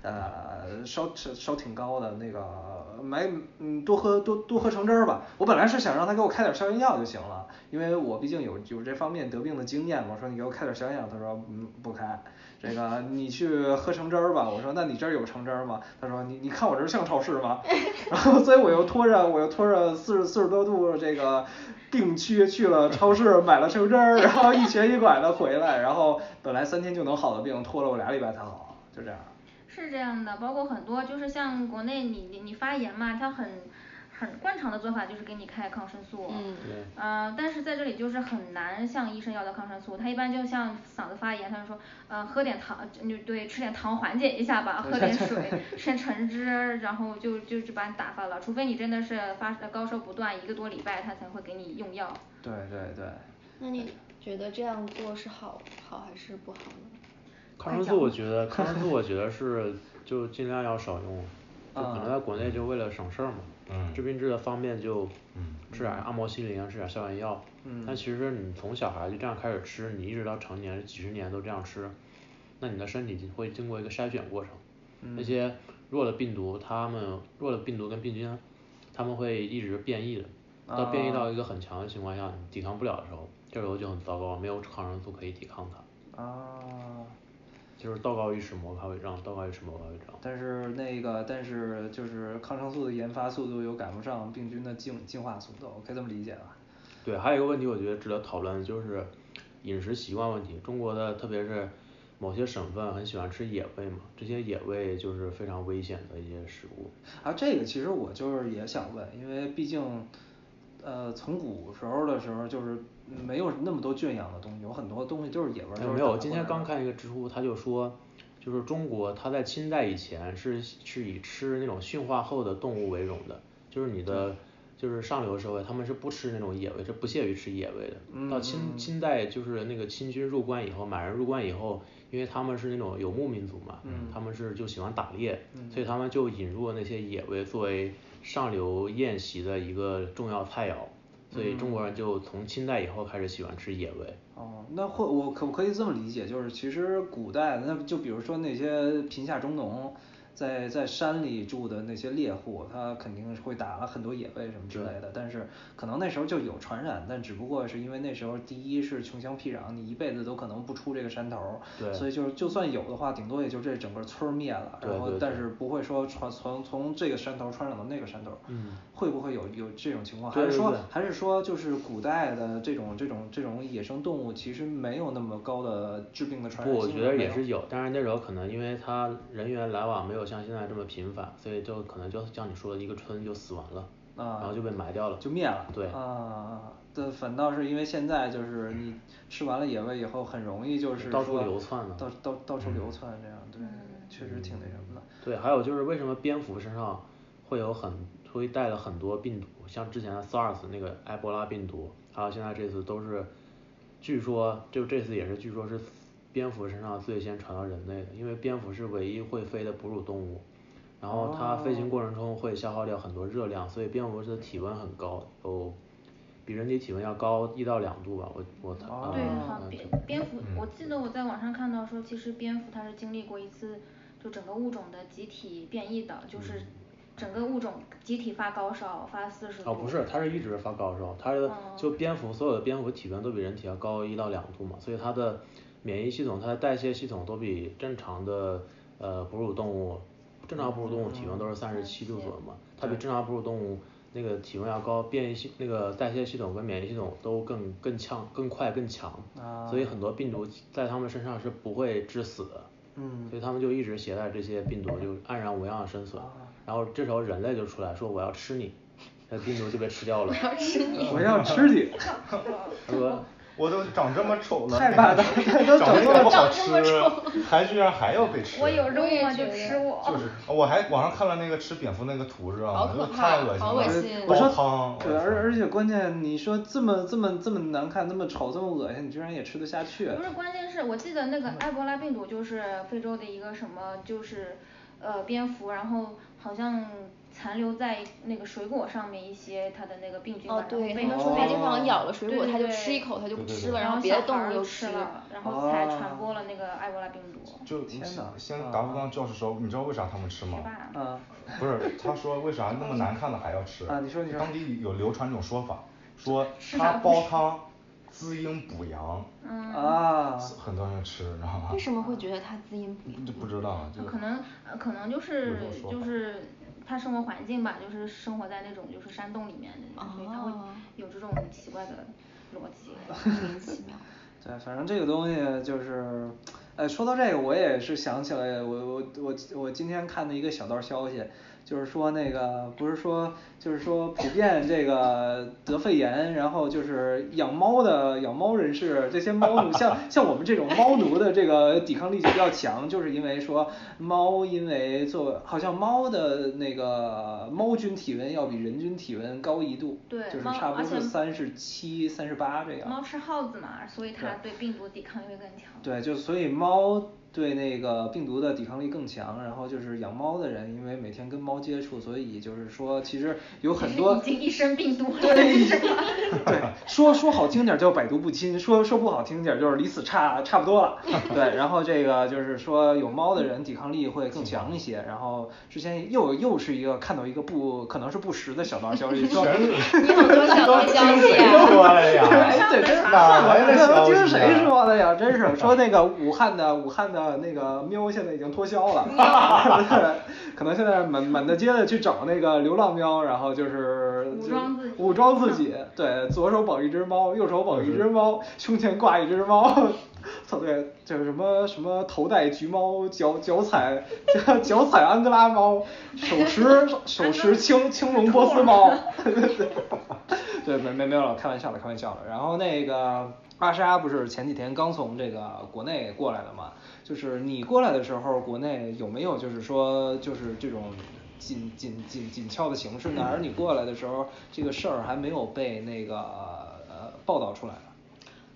Speaker 4: 呃，烧烧烧挺高的，那个买嗯多喝多多喝橙汁儿吧。我本来是想让他给我开点消炎药就行了，因为我毕竟有有这方面得病的经验嘛。我说你给我开点消炎药，他说嗯不开。这个你去喝橙汁儿吧。我说那你这儿有橙汁儿吗？他说你你看我这儿像超市吗？ [LAUGHS] 然后所以我又拖着我又拖着四十四十多度这个病区去了超市买了橙汁儿，然后一瘸一拐的回来，然后本来三天就能好的病，拖了我俩礼拜才好，就这样。
Speaker 3: 是这样的，包括很多就是像国内你你你发炎嘛，它很很惯常的做法就是给你开抗生素，
Speaker 6: 嗯
Speaker 5: 对
Speaker 3: 呃，但是在这里就是很难像医生要的抗生素，他一般就像嗓子发炎，他就说，呃，喝点糖，就对，吃点糖缓解一下吧，喝点水，吃橙汁，然后就就就把你打发了，除非你真的是发呃高烧不断一个多礼拜，他才会给你用药。
Speaker 4: 对对对，
Speaker 6: 那你觉得这样做是好好还是不好呢？
Speaker 5: 抗生素我觉得，抗生素我觉得是就尽量要少用，就可能在国内就为了省事儿嘛，
Speaker 8: 嗯
Speaker 5: 治病治的方便就
Speaker 8: 嗯
Speaker 5: 吃点按摩心灵，吃点消炎药，
Speaker 4: 嗯
Speaker 5: 但其实你从小孩就这样开始吃，你一直到成年几十年都这样吃，那你的身体会经过一个筛选过程，
Speaker 4: 嗯
Speaker 5: 那些弱的病毒，它们弱的病毒跟病菌，它们会一直变异的，到变异到一个很强的情况下，你抵抗不了的时候，这时候就很糟糕，没有抗生素可以抵抗它。
Speaker 4: 啊。
Speaker 5: 就是道高一尺，魔高一丈，道高一尺，魔高一丈。
Speaker 4: 但是那个，但是就是抗生素的研发速度又赶不上病菌的进进化速度，我可以这么理解吧？
Speaker 5: 对，还有一个问题，我觉得值得讨论，就是饮食习惯问题。中国的，特别是某些省份很喜欢吃野味嘛，这些野味就是非常危险的一些食物。
Speaker 4: 啊，这个其实我就是也想问，因为毕竟，呃，从古时候的时候就是没有那么多圈养的东西，有很多东西就是野味儿。
Speaker 5: 哎
Speaker 4: 就是
Speaker 5: 没有，
Speaker 4: 打
Speaker 5: 我今
Speaker 4: 过
Speaker 5: 天
Speaker 4: 来
Speaker 5: 刚
Speaker 4: 的
Speaker 5: 看一个知乎，他就说，就是中国它在清代以前是是以吃那种驯化后的动物为荣的，就是你的就是上流社会他们是不吃那种野味，是不屑于吃野味的。
Speaker 4: 嗯
Speaker 5: 到清清代就是那个清军入关以后，满人入关以后，因为他们是那种游牧民族嘛，
Speaker 4: 嗯
Speaker 5: 他们是就喜欢打猎，所以他们就引入了那些野味作为上流宴席的一个重要菜肴。所以中国
Speaker 4: 嗯
Speaker 5: 人就从清代以后开始喜欢吃野味，
Speaker 4: 哦，那会我可不可以这么理解？就是其实古代那就比如说那些贫下中农，在在山里住的那些猎户，他肯定是会打了很多野味什么之类的。但是可能那时候就有传染，但只不过是因为那时候第一是穷乡僻壤，你一辈子都可能不出这个山头儿，
Speaker 5: 对
Speaker 4: 所以就是就算有的话，顶多也就这整个村儿灭了，
Speaker 5: 对
Speaker 4: 然后
Speaker 5: 对
Speaker 4: 但
Speaker 5: 对
Speaker 4: 是不会说传从从这个山头儿传染到那个山头儿，
Speaker 5: 嗯
Speaker 4: 会不会有有这种情况？
Speaker 5: 对
Speaker 4: 还是
Speaker 5: 对
Speaker 4: 说
Speaker 5: 对
Speaker 4: 还是说，就是古代的这种这种这种野生动物，其实没有那么高的致病的传
Speaker 5: 不，
Speaker 4: 染
Speaker 5: 我
Speaker 4: 性。
Speaker 5: 觉得也
Speaker 4: 没
Speaker 5: 是有，但是那时候可能因为他人员来往没有像现在这么频繁，所以就可能就像你说的一个村就死亡了，
Speaker 4: 啊
Speaker 5: 然后就被埋掉了，
Speaker 4: 就灭了。
Speaker 5: 对，
Speaker 4: 啊，对，反倒是因为现在就是你吃完了野味以后，很容易就是
Speaker 5: 到处
Speaker 4: 说
Speaker 5: 流窜了嗯
Speaker 4: 到到到处流窜这样，对对对，确实挺那什么的。
Speaker 5: 对，还有就是为什么蝙蝠身上会有很会带了很多病毒，像之前的 SARS 那个埃博拉病毒，还有现在这次都是，据说就这次也是据说是蝙蝠身上最先传到人类的，因为蝙蝠是唯一会飞的哺乳动物，然后它飞行过程中会消耗掉很多热量，所以蝙蝠的体温很高，有比人体体温要高一到两度吧，我我猜
Speaker 4: 哦
Speaker 3: 对，
Speaker 5: 嗯
Speaker 3: 好像
Speaker 5: 嗯
Speaker 3: 蝙蝙蝠，我记得我在网上看到说，其实蝙蝠它是经历过一次就整个物种的集体变异的，就是整个物种集体发高烧，发四十度。
Speaker 5: 哦，不是，它是一直发高烧，它是就蝙蝠所有的蝙蝠体温都比人体要高一到两度嘛，所以它的免疫系统、它的代谢系统都比正常的呃哺乳动物，正常哺乳动物体温都是三十七度左右嘛，它比正常哺乳动物那个体温要高，变异系那个代谢系统跟免疫系统都更更强、更快、更强，所以很多病毒在它们身上是不会致死的。
Speaker 4: 嗯
Speaker 5: 所以他们就一直携带这些病毒，就安然无恙的生
Speaker 4: 哦
Speaker 5: 存。然后这时候人类就出来说我要吃你，那病毒就被吃掉
Speaker 4: 我
Speaker 5: 了。
Speaker 4: 要吃你， [LAUGHS]
Speaker 5: 他说
Speaker 8: 我都长这么丑 [LAUGHS] 了，
Speaker 4: 太霸道
Speaker 8: 长得也不好吃，还居然还要被吃。
Speaker 3: 我有
Speaker 6: 我
Speaker 3: 肉
Speaker 6: 也
Speaker 3: 吗？
Speaker 6: 觉
Speaker 3: 就
Speaker 6: 得
Speaker 3: 吃我。
Speaker 8: 就是，我还网上看了那个吃蝙蝠那个图，知道
Speaker 6: 好
Speaker 8: 吗？
Speaker 6: 可
Speaker 8: 就太
Speaker 6: 怕
Speaker 8: 恶心
Speaker 6: 好
Speaker 8: 了，
Speaker 6: 恶心
Speaker 4: 我
Speaker 8: 煲
Speaker 4: 说
Speaker 8: 汤。
Speaker 4: 对，而而且关键你说这么这么这么难看，这么丑，这么恶心，你居然也吃得下去？
Speaker 3: 不是，关键是我记得那个埃博拉病毒就是非洲的一个什么，就是呃蝙蝠，然后好像残留在那个水果上面一些它的那个病菌
Speaker 6: 哦，
Speaker 3: 吧，然后
Speaker 6: 对，
Speaker 3: 被
Speaker 6: 他们说别
Speaker 3: 那
Speaker 6: 的地方咬了水
Speaker 3: 对
Speaker 6: 果，
Speaker 3: 对
Speaker 6: 它就
Speaker 3: 对
Speaker 6: 吃一口，它就不
Speaker 8: 对对
Speaker 6: 吃
Speaker 8: 对
Speaker 6: 了，
Speaker 3: 然后
Speaker 6: 别的
Speaker 3: 小
Speaker 6: 动物
Speaker 3: 孩儿
Speaker 6: 又
Speaker 3: 吃了，然后才传播了那个埃博拉病毒。
Speaker 8: 哦就你
Speaker 4: 天哪
Speaker 8: 先达不到教室说，你知道为啥他们吃吗？
Speaker 3: 吧
Speaker 4: 啊
Speaker 8: 不是，他说为啥那么难看的还要吃？
Speaker 4: 啊你说你说
Speaker 8: 当地有流传一种说法，说
Speaker 3: 是
Speaker 8: 他
Speaker 3: 啥
Speaker 8: 煲汤滋阴补阳，
Speaker 3: 嗯
Speaker 4: 啊！
Speaker 8: 很多人吃，你知道吗
Speaker 6: 为？什么会觉得它滋阴补阳？
Speaker 8: 就不知道，就
Speaker 3: 可能呃可能就是
Speaker 8: 有这种说
Speaker 3: 就
Speaker 8: 法
Speaker 3: 是他生活环境吧，就是生活在那种就是山洞里面的人，所以他会
Speaker 6: 哦
Speaker 3: 有这种奇怪的逻辑。
Speaker 6: 莫名其妙。
Speaker 4: 对，反正这个东西就是，呃，说到这个，我也是想起来，我我我我今天看的一个小道消息，就是说那个不是说就是说普遍这个得肺炎，然后就是养猫的养猫人士，这些猫奴
Speaker 3: [LAUGHS]
Speaker 4: 像像我们这种猫奴的这个抵抗力就比较强，就是因为说猫因为作为好像猫的那个猫菌体温要比人均体温高一度，
Speaker 3: 对
Speaker 4: 就是
Speaker 3: 猫
Speaker 4: 差不
Speaker 3: 而
Speaker 4: 多是
Speaker 3: 且
Speaker 4: 三十七、三十八这样。
Speaker 3: 猫吃耗子嘛，所以它对病毒抵抗力会更强。
Speaker 4: 对，就所以猫对那个病毒的抵抗力更强，然后就是养猫的人，因为每天跟猫接触，所以就是说，其实有很多
Speaker 3: 已经一身病毒了，是吧？
Speaker 4: 对，说说好听点儿叫百毒不侵，说说不好听点儿就是离死差差不多
Speaker 3: [LAUGHS]
Speaker 4: 了。对，然后这个就是说有猫的人抵抗力会更强一些。然后之前又又是一个看到一个不可能是不实的小道消息，说
Speaker 8: 全是
Speaker 6: 你好多小道消息
Speaker 8: 谁
Speaker 6: 啊！
Speaker 4: [LAUGHS]
Speaker 8: 说了呀？哎
Speaker 4: 哎对这哪来的
Speaker 5: 消息啊
Speaker 4: 听谁说的呀？真是说那个武汉的武汉的那个喵现在已经脱销 [LAUGHS] 了，对，可能现在满满大街的去找那个流浪喵，然后就是
Speaker 3: 武装自己
Speaker 4: 武装自己，对，左手捧一只猫，右手捧一只猫，胸前挂一只猫。操，对，就是什么什么头戴橘猫，脚脚踩脚脚踩安哥拉猫，手持手持青青龙波斯猫， [LAUGHS] 对，没没没有了，开玩笑了，开玩笑了。然后那个阿莎不是前几天刚从这个国内过来的嘛？就是你过来的时候，国内有没有就是说就是这种紧紧紧紧俏的形式呢？而你过来的时候，这个事儿还没有被那个呃报道出来呢？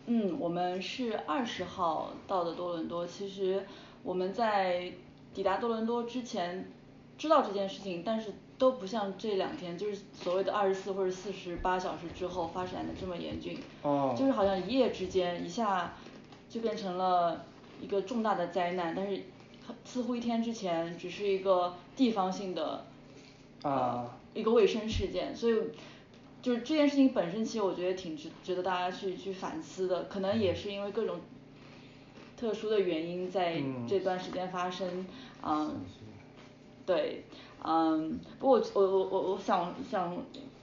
Speaker 7: 嗯，我们是二十号到的多伦多。其实我们在抵达多伦多之前知道这件事情，但是都不像这两天，就是所谓的二十四或者四十八小时之后发展的这么严峻。
Speaker 4: 哦
Speaker 7: 就是好像一夜之间一下就变成了一个重大的灾难，但是很似乎一天之前只是一个地方性的
Speaker 4: 啊
Speaker 7: 呃一个卫生事件，所以就是这件事情本身，其实我觉得挺值值得大家去去反思的，可能也是因为各种特殊的原因在
Speaker 4: 嗯
Speaker 7: 这段时间发生，嗯，对，嗯，不过我我我我想想，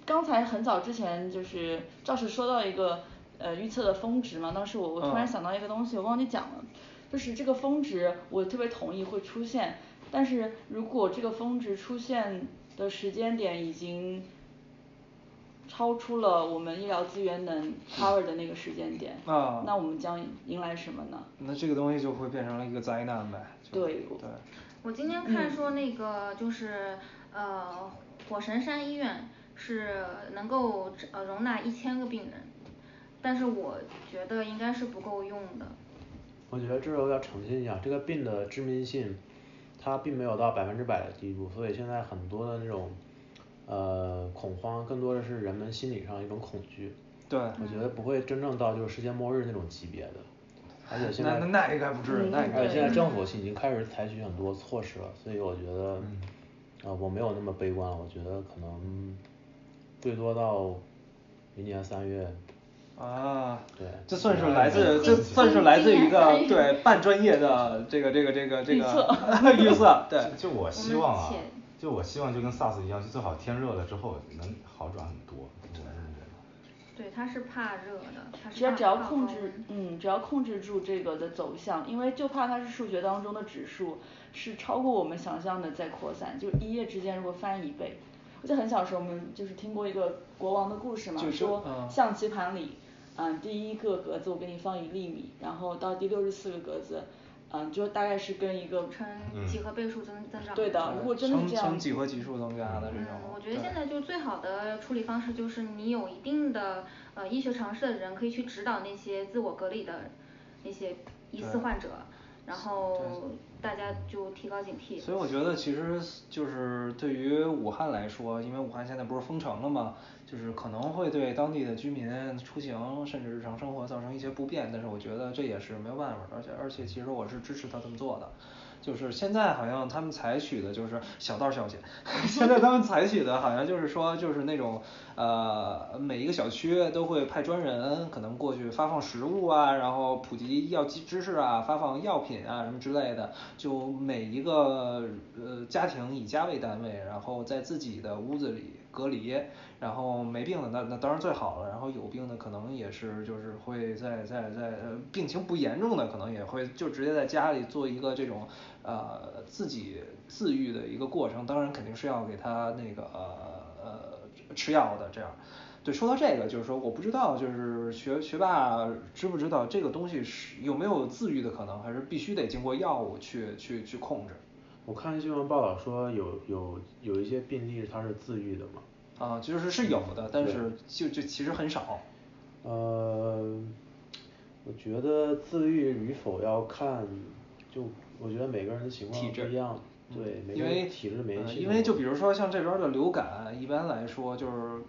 Speaker 7: 刚才很早之前就是赵石说到一个呃预测的峰值嘛，当时我我突然
Speaker 4: 嗯
Speaker 7: 想到一个东西，我忘记讲了，就是这个峰值我特别同意会出现，但是如果这个峰值出现的时间点已经超出了我们医疗资源
Speaker 4: [LAUGHS]
Speaker 7: 能 cover 的那个时间点，
Speaker 4: 啊
Speaker 7: 那我们将迎来什么呢？
Speaker 4: 那这个东西就会变成了一个灾难呗。就
Speaker 7: 对我
Speaker 4: 对。
Speaker 3: [LAUGHS] 我今天看说那个就是、呃，火神山医院是能够呃容纳一千个病人，但是我觉得应该是不够用的。
Speaker 5: 我觉得这时候要澄清一下，这个病的致命性，它并没有到百分之百的地步，所以现在很多的那种，呃，恐慌更多的是人们心理上一种恐惧。
Speaker 4: 对
Speaker 5: 我觉得不会真正到就是世界末日那种级别的，而且现
Speaker 4: 那
Speaker 5: 在
Speaker 4: 那那应该不
Speaker 7: 嗯
Speaker 4: 至于，那应该
Speaker 5: 而且呃现在政府已经开始采取很多措施了，所以我觉得，啊，我没有那么悲观了。我觉得可能最多到明年三月，
Speaker 4: 啊，
Speaker 5: 对
Speaker 4: 这算是来自，
Speaker 3: 今
Speaker 4: 这算是来自
Speaker 3: 今
Speaker 4: 一
Speaker 3: 年
Speaker 4: 个
Speaker 3: 三月
Speaker 4: 对半专业的这个这个这个这
Speaker 7: 预测
Speaker 4: 个 [LAUGHS] 预测，对，
Speaker 8: 就我希望啊，就我希望就跟 SARS 一样，就最好天热了之后能好转很多。我是这么觉得。
Speaker 3: 对，它是怕热的，它
Speaker 7: 只
Speaker 3: 是
Speaker 7: 要
Speaker 3: 怕
Speaker 7: 只要
Speaker 3: 怕
Speaker 7: 控
Speaker 3: 高
Speaker 7: 制
Speaker 3: 温，
Speaker 7: 嗯，只要控制住这个的走向，因为就怕它是数学当中的指数，是超过我们想象的在扩散，就一夜之间如果翻一倍，我记得很小时候我们就是听过一个国王的故事嘛，
Speaker 4: 就是
Speaker 7: 说
Speaker 4: 嗯
Speaker 7: 象棋盘里，嗯、第一个格子我给你放一粒米，然后到第六十四个格子，嗯、就大概是跟一个
Speaker 3: 成
Speaker 8: 嗯
Speaker 3: 几何倍数增增长。
Speaker 7: 对的，如果真的
Speaker 4: 成
Speaker 7: 是这样，
Speaker 4: 成几何级数增加的这
Speaker 3: 嗯
Speaker 4: 种，，
Speaker 3: 我觉得
Speaker 4: 对
Speaker 3: 现在就最好的处理方式就是你有一定的呃医学常识的人可以去指导那些自我隔离的那些疑似
Speaker 4: 对
Speaker 3: 患者，然后大家就提高警惕。
Speaker 4: 所以我觉得，其实就是对于武汉来说，因为武汉现在不是封城了嘛，就是可能会对当地的居民出行甚至日常生活造成一些不便，但是我觉得这也是没有办法的，而且而且其实我是支持他这么做的。就是现在好像他们采取的就是小道消息， [LAUGHS] 现在他们采取的好像就是说就是那种呃每一个小区都会派专人可能过去发放食物啊，然后普及医药知识啊，发放药品啊什么之类的，就每一个呃家庭以家为单位，然后在自己的屋子里隔离，然后没病的那那当然最好了，然后有病的可能也是就是会在在在呃病情不严重的可能也会就直接在家里做一个这种呃自己自愈的一个过程，当然肯定是要给他那个呃呃吃药的这样。对，说到这个，就是说我不知道，就是学学霸知不知道这个东西是有没有自愈的可能，还是必须得经过药物去去去控制
Speaker 5: 我看新闻报道说有有有一些病例它是自愈的嘛，
Speaker 4: 啊？就是是有的，但
Speaker 5: 对
Speaker 4: 是就就其实很少。
Speaker 5: 呃，我觉得自愈与否要看，就我觉得每个人的情况
Speaker 4: 体
Speaker 5: 不
Speaker 4: 质嗯
Speaker 5: 一样，对，每
Speaker 4: 因
Speaker 5: 个人
Speaker 4: 为
Speaker 5: 体质免疫
Speaker 4: 呃
Speaker 5: 系统，
Speaker 4: 因为就比如说像这边儿的流感，一般来说就是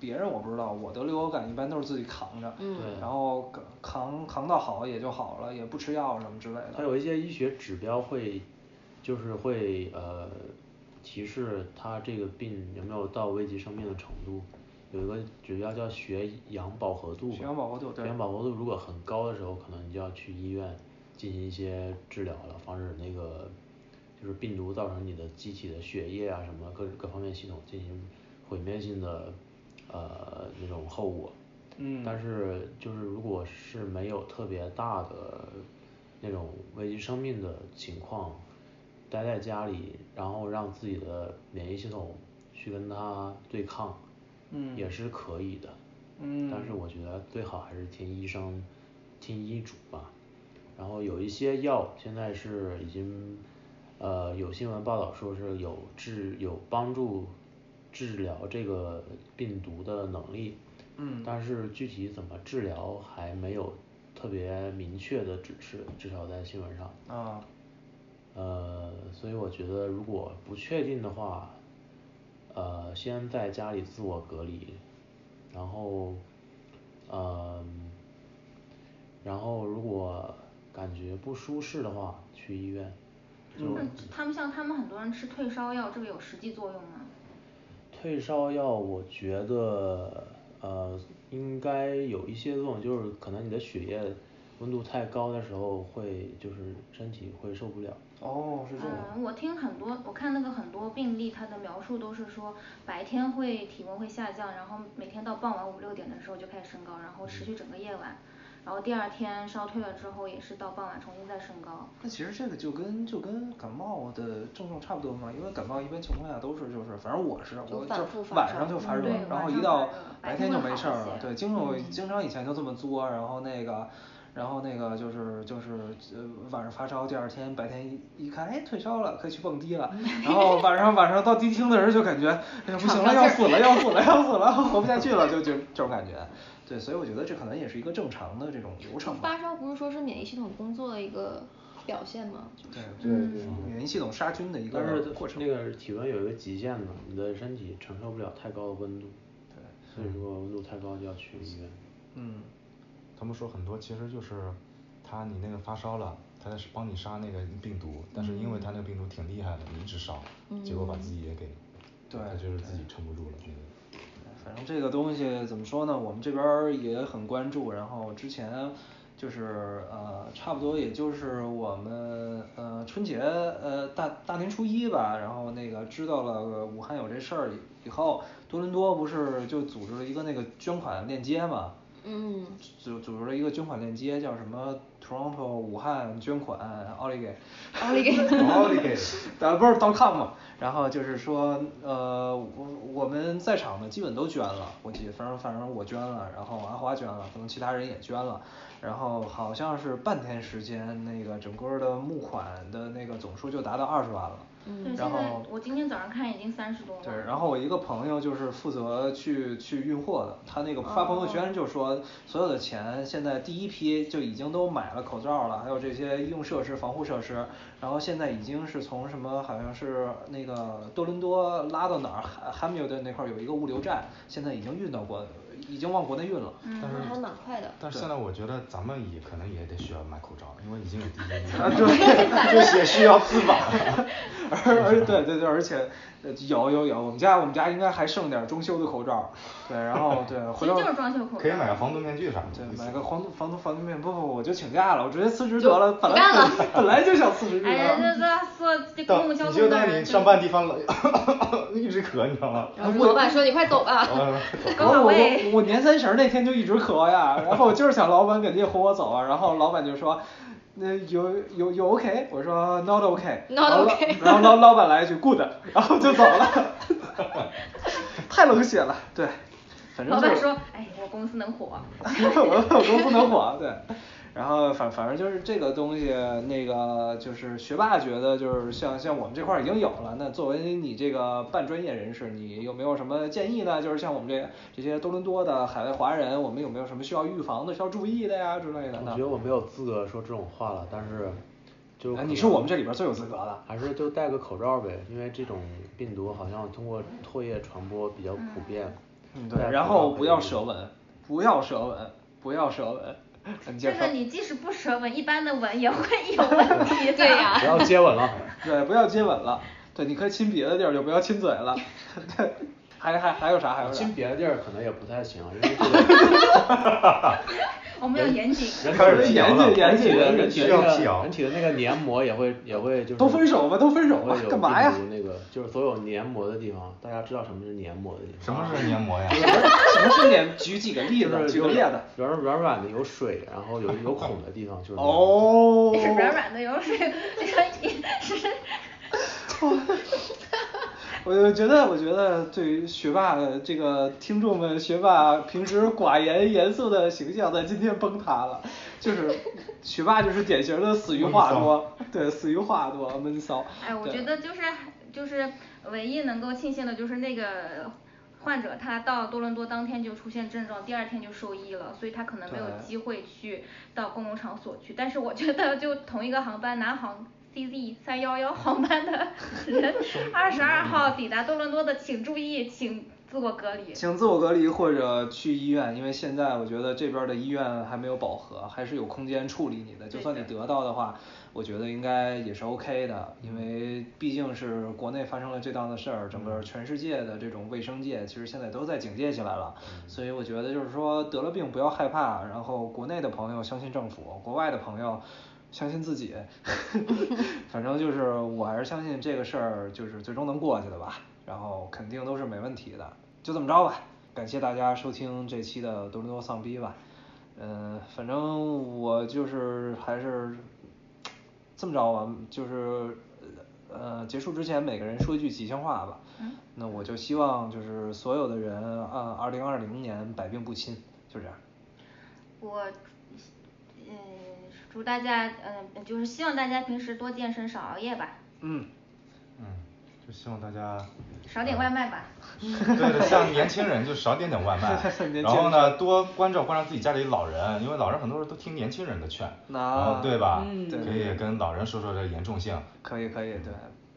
Speaker 4: 别人我不知道，我得流感一般都是自己扛着，
Speaker 6: 嗯
Speaker 5: 对
Speaker 4: 然后扛扛扛到好也就好了，也不吃药什么之类的。
Speaker 5: 它有一些医学指标会，就是会呃提示它这个病有没有到危及生命的程度，有一个指标叫血氧饱和度吧。
Speaker 4: 血氧饱和度对
Speaker 5: 血氧饱和度如果很高的时候，可能你就要去医院进行一些治疗了，防止那个就是病毒造成你的机体的血液啊什么各各方面系统进行毁灭性的呃那种后果。
Speaker 4: 嗯
Speaker 5: 但是就是如果是没有特别大的那种危及生命的情况，待在家里，然后让自己的免疫系统去跟它对抗，
Speaker 4: 嗯
Speaker 5: 也是可以的。
Speaker 4: 嗯
Speaker 5: 但是我觉得最好还是听医生，听医嘱吧。然后有一些药现在是已经，呃，有新闻报道说是有治有帮助治疗这个病毒的能力。
Speaker 4: 嗯
Speaker 5: 但是具体怎么治疗还没有特别明确的指示，至少在新闻上。
Speaker 4: 啊
Speaker 5: 呃，所以我觉得如果不确定的话，呃，先在家里自我隔离，然后，呃，然后如果感觉不舒适的话，去医院。就
Speaker 3: 嗯，他们像他们很多人吃退烧药，这个有实际作用吗？
Speaker 5: 退烧药，我觉得呃应该有一些作用，就是可能你的血液温度太高的时候会就是身体会受不了。
Speaker 4: 哦是这样
Speaker 3: 嗯，我听很多，我看那个很多病例，他的描述都是说白天会体温会下降，然后每天到傍晚五六点的时候就开始升高，然后持
Speaker 4: 嗯
Speaker 3: 续整个夜晚，然后第二天烧退了之后也是到傍晚重新再升高。
Speaker 4: 那其实这个就跟就跟感冒的症状差不多嘛，因为感冒一般情况下都是就是，反正我是
Speaker 6: 就
Speaker 4: 我
Speaker 6: 反
Speaker 4: 就
Speaker 6: 复发
Speaker 4: 晚
Speaker 6: 烧
Speaker 4: 上就发
Speaker 3: 嗯
Speaker 4: 热
Speaker 3: 对，
Speaker 4: 然后
Speaker 3: 晚
Speaker 4: 一
Speaker 3: 上
Speaker 4: 到
Speaker 3: 发热
Speaker 4: 白
Speaker 3: 白
Speaker 4: 天
Speaker 3: 天
Speaker 4: 就
Speaker 3: 会
Speaker 4: 没
Speaker 3: 好
Speaker 4: 事儿
Speaker 3: 一
Speaker 4: 了。
Speaker 3: 些嗯
Speaker 4: 对，经常我经常以前就这么作，然后那个。然后那个就是就是呃晚上发烧，第二天白天一一看，哎退烧了，可以去蹦迪了。
Speaker 3: 嗯
Speaker 4: 然后晚上晚上到迪厅的时候就感觉，哎呀不行了，要
Speaker 3: [LAUGHS]
Speaker 4: 死了要死了要死了，活不下去了，就就这种感觉。对，所以我觉得这可能也是一个正常的这种流程吧。
Speaker 6: 发烧不是说是免疫系统工作的一个表现吗？就是
Speaker 4: 对
Speaker 5: 对
Speaker 3: 嗯
Speaker 5: 对对
Speaker 4: 免疫系统杀菌的一个
Speaker 5: 但是
Speaker 4: 过程。
Speaker 5: 那个体温有一个极限的，你的身体承受不了太高的温度，
Speaker 4: 对，
Speaker 5: 所以如果温度太高就要去医院。
Speaker 4: 嗯，
Speaker 8: 他们说很多其实就是他你那个发烧了，他在帮你杀那个病毒，但是因为他那个病毒挺厉害的，你一直烧，结果把自己也给，
Speaker 4: 对
Speaker 8: 他就是自己撑不住了那个。
Speaker 4: 反正这个东西怎么说呢，我们这边儿也很关注。然后之前就是呃，差不多也就是我们呃春节呃大大年初一吧，然后那个知道了武汉有这事儿以后，多伦多不是就组织了一个那个捐款链接嘛，
Speaker 6: 嗯，
Speaker 4: 组组织了一个捐款链接，叫什么 Toronto 武汉捐款奥利给。
Speaker 6: 奥
Speaker 4: [LAUGHS]
Speaker 6: 利给。
Speaker 8: 奥利给！
Speaker 4: 咱不是 .com 嘛，然后就是说，呃，我我们在场的基本都捐了，我记，反正反正我捐了，然后阿花捐了，可能其他人也捐了，然后好像是半天时间，那个整个的募款的那个总数就达到二十万了。
Speaker 3: 对，
Speaker 6: 嗯，
Speaker 4: 然
Speaker 3: 现在
Speaker 4: 后
Speaker 3: 我今天早上看已经三十多万
Speaker 4: 对
Speaker 3: 了。，
Speaker 4: 然后我一个朋友就是负责去去运货的，他那个发朋友
Speaker 3: 哦
Speaker 4: 圈就说，所有的钱现在第一批就已经都买了口罩了，还有这些医用设施、防护设施，然后现在已经是从什么好像是那个多伦多拉到哪儿汉密尔顿那块儿有一个物流站，现在已经运到国，已经往国内运了。
Speaker 3: 嗯
Speaker 8: 但是
Speaker 6: 那还蛮快的。
Speaker 8: 但是现在我觉得咱们也可能也得需要买口罩，因为已经有 [LAUGHS] 第一例
Speaker 4: 啊，
Speaker 8: 了。
Speaker 3: [LAUGHS]
Speaker 4: 对，这也需要自保。而而对对对，而且呃有有有，我们家我们家应该还剩点儿装修的口罩儿，对，然后对，
Speaker 3: 其
Speaker 4: 回
Speaker 3: 实
Speaker 4: 头
Speaker 3: 就是装修口罩。
Speaker 8: 可以买个防毒面具啥的。
Speaker 4: 对，
Speaker 8: 意思
Speaker 4: 买个黄防毒防毒面，不不，不我就请假了，我直接辞职得了。本来
Speaker 6: 干了
Speaker 4: 本来就想辞职
Speaker 3: 哎呀，这
Speaker 4: 的。
Speaker 3: 这说这公
Speaker 8: 当
Speaker 3: 共
Speaker 8: 你
Speaker 3: 交
Speaker 8: 就
Speaker 3: 通的
Speaker 8: 当
Speaker 3: 人，
Speaker 8: 你上班地方了， [LAUGHS] 一直咳，你知道吗？
Speaker 6: 然后老板说：“你快走吧。 [LAUGHS]
Speaker 4: 然后我我我年三十儿那天就一直咳呀，然后我就是想老板肯定轰我走啊，然后老板就说，那有有有 OK，我说 not OK，然
Speaker 6: Not
Speaker 4: 后老
Speaker 6: OK
Speaker 4: 然后老老板来一句 good，然后就走了，太冷血了，对，反正
Speaker 3: 老
Speaker 4: 就
Speaker 3: 板
Speaker 4: 是
Speaker 3: 说，哎，我公司能火。
Speaker 4: 我我说不能火，对。然后反反正就是这个东西，那个就是学霸觉得就是像像我们这块儿已经有了，那作为你这个半专业人士，你有没有什么建议呢？就是像我们这这些多伦多的海外华人，我们有没有什么需要预防的、需要注意的呀之类的
Speaker 5: 我
Speaker 4: 呢
Speaker 5: 觉？得我没有资格说这种话了，但是就
Speaker 4: 哎
Speaker 5: 可
Speaker 4: 你是
Speaker 5: 能
Speaker 4: 我们这里边最有资格的。
Speaker 5: 还是就戴个口罩呗，因为这种病毒好像通过唾液传播比较普遍。
Speaker 4: 嗯，
Speaker 5: 戴
Speaker 4: 对。
Speaker 5: 口
Speaker 4: 然
Speaker 5: 罩
Speaker 4: 后
Speaker 5: 肯
Speaker 4: 不要
Speaker 5: 定
Speaker 4: 舌吻，不要舌吻，不要舌吻。 [LAUGHS] 你接
Speaker 3: 这
Speaker 4: 着
Speaker 3: 个
Speaker 4: 说。
Speaker 3: 你即使不舌吻，一般的吻也会有问题的。
Speaker 6: 对呀
Speaker 5: 不要接吻了。
Speaker 4: 对，不要接吻了，对，你可以亲别的地儿，就不要亲嘴了。对，还还还有啥？还有啥
Speaker 5: 进？别的地儿可能也不太行，因
Speaker 4: [LAUGHS]
Speaker 5: 为这个
Speaker 3: 我们要严谨。
Speaker 5: 人
Speaker 8: 开始
Speaker 5: 体
Speaker 8: 辟
Speaker 5: 的
Speaker 8: 谣了
Speaker 5: 人体的人体的
Speaker 8: 需要
Speaker 5: 那
Speaker 8: 辟
Speaker 5: 个
Speaker 8: 谣
Speaker 5: 人体的那个黏膜也会也会就是
Speaker 4: 都分手吧都分手吧
Speaker 5: 会有
Speaker 4: 干嘛呀
Speaker 5: 病毒那个就是所有黏膜的地方，大家知道什么是黏膜的地方？
Speaker 8: 什么
Speaker 4: 啊
Speaker 8: 是黏膜呀？
Speaker 4: 什么是点？举几个例
Speaker 5: 就
Speaker 4: 子，
Speaker 5: 是
Speaker 4: 举个例子。
Speaker 5: 软软软的有水，然后有有孔的地方就是黏膜。
Speaker 4: 哦。
Speaker 3: 是软软的，有时候是是。
Speaker 4: 我就觉得，我觉得对于学霸的这个听众们，学霸平时寡言严肃的形象在今天崩塌了，就是学霸就是典型的死于话多，对，死于话多，闷骚。
Speaker 3: 哎，我
Speaker 4: 对
Speaker 3: 觉得就是就是唯一能够庆幸的就是那个患者他到多伦多当天就出现症状，第二天就受益了，所以他可能没有
Speaker 4: 对
Speaker 3: 机会去到公共场所去。但是我觉得就同一个航班，南航 CZ 三幺幺航班的
Speaker 4: [LAUGHS]
Speaker 3: 人，二十二号抵达多伦多的，请注意，请自我隔离。
Speaker 4: 嗯请自我隔离或者去医院，因为现在我觉得这边的医院还没有饱和，还是有空间处理你的。就算你得到的话，我觉得应该也是 OK 的，因为毕竟是国内发生了这档子事儿，整个全世界的这种卫生界其实现在都在警戒起来了，所以我觉得就是说得了病不要害怕，然后国内的朋友相信政府，国外的朋友。相信自己， [LAUGHS] 反正就是我还是相信这个事儿就是最终能过去的吧，然后肯定都是没问题的，就这么着吧。感谢大家收听这期的多伦多丧逼吧，嗯、反正我就是还是这么着吧，就是呃结束之前每个人说一句吉祥话吧。
Speaker 3: 嗯
Speaker 4: 那我就希望就是所有的人啊，二零二零年百病不侵，就这样。
Speaker 3: 我，嗯，祝大家，嗯，就是希望大家平时多健身，少熬夜吧，
Speaker 4: 嗯，
Speaker 8: 嗯，就希望大家
Speaker 3: 少点外卖吧。
Speaker 8: [LAUGHS] 对的，像年轻人就少点点外卖
Speaker 4: [LAUGHS] 年轻，人
Speaker 8: 然后呢，多关照关照自己家里老人，因为老人很多时候都听年轻人的劝，
Speaker 4: 那
Speaker 8: 然后对吧？
Speaker 7: 嗯
Speaker 4: 对
Speaker 8: 可以跟老人说说这严重性。
Speaker 4: 可以可以，对。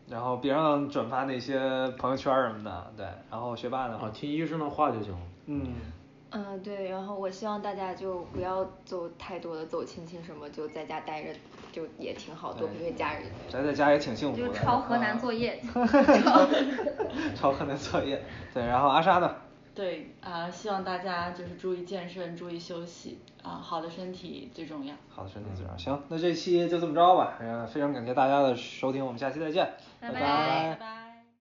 Speaker 4: 然后别让转发那些朋友圈儿什么的，对。然后学霸呢？
Speaker 5: 啊，听医生的话就行了。
Speaker 4: 嗯，
Speaker 6: 嗯，对，然后我希望大家就不要走太多的走亲戚什么，就在家待着，就也挺好，多陪陪家人。
Speaker 4: 宅在家也挺幸福
Speaker 3: 就
Speaker 4: 的。
Speaker 3: 抄河南
Speaker 4: 啊 [LAUGHS]
Speaker 3: 作业，
Speaker 4: 抄河南作业。对，然后阿莎呢？
Speaker 7: 对啊、希望大家就是注意健身，注意休息啊、好的身体最重要。
Speaker 4: 好的，身体自然。哎行，那这期就这么着吧。嗯，非常感谢大家的收听，我们下期再见，
Speaker 3: [LAUGHS] 拜
Speaker 4: 拜
Speaker 3: 拜拜。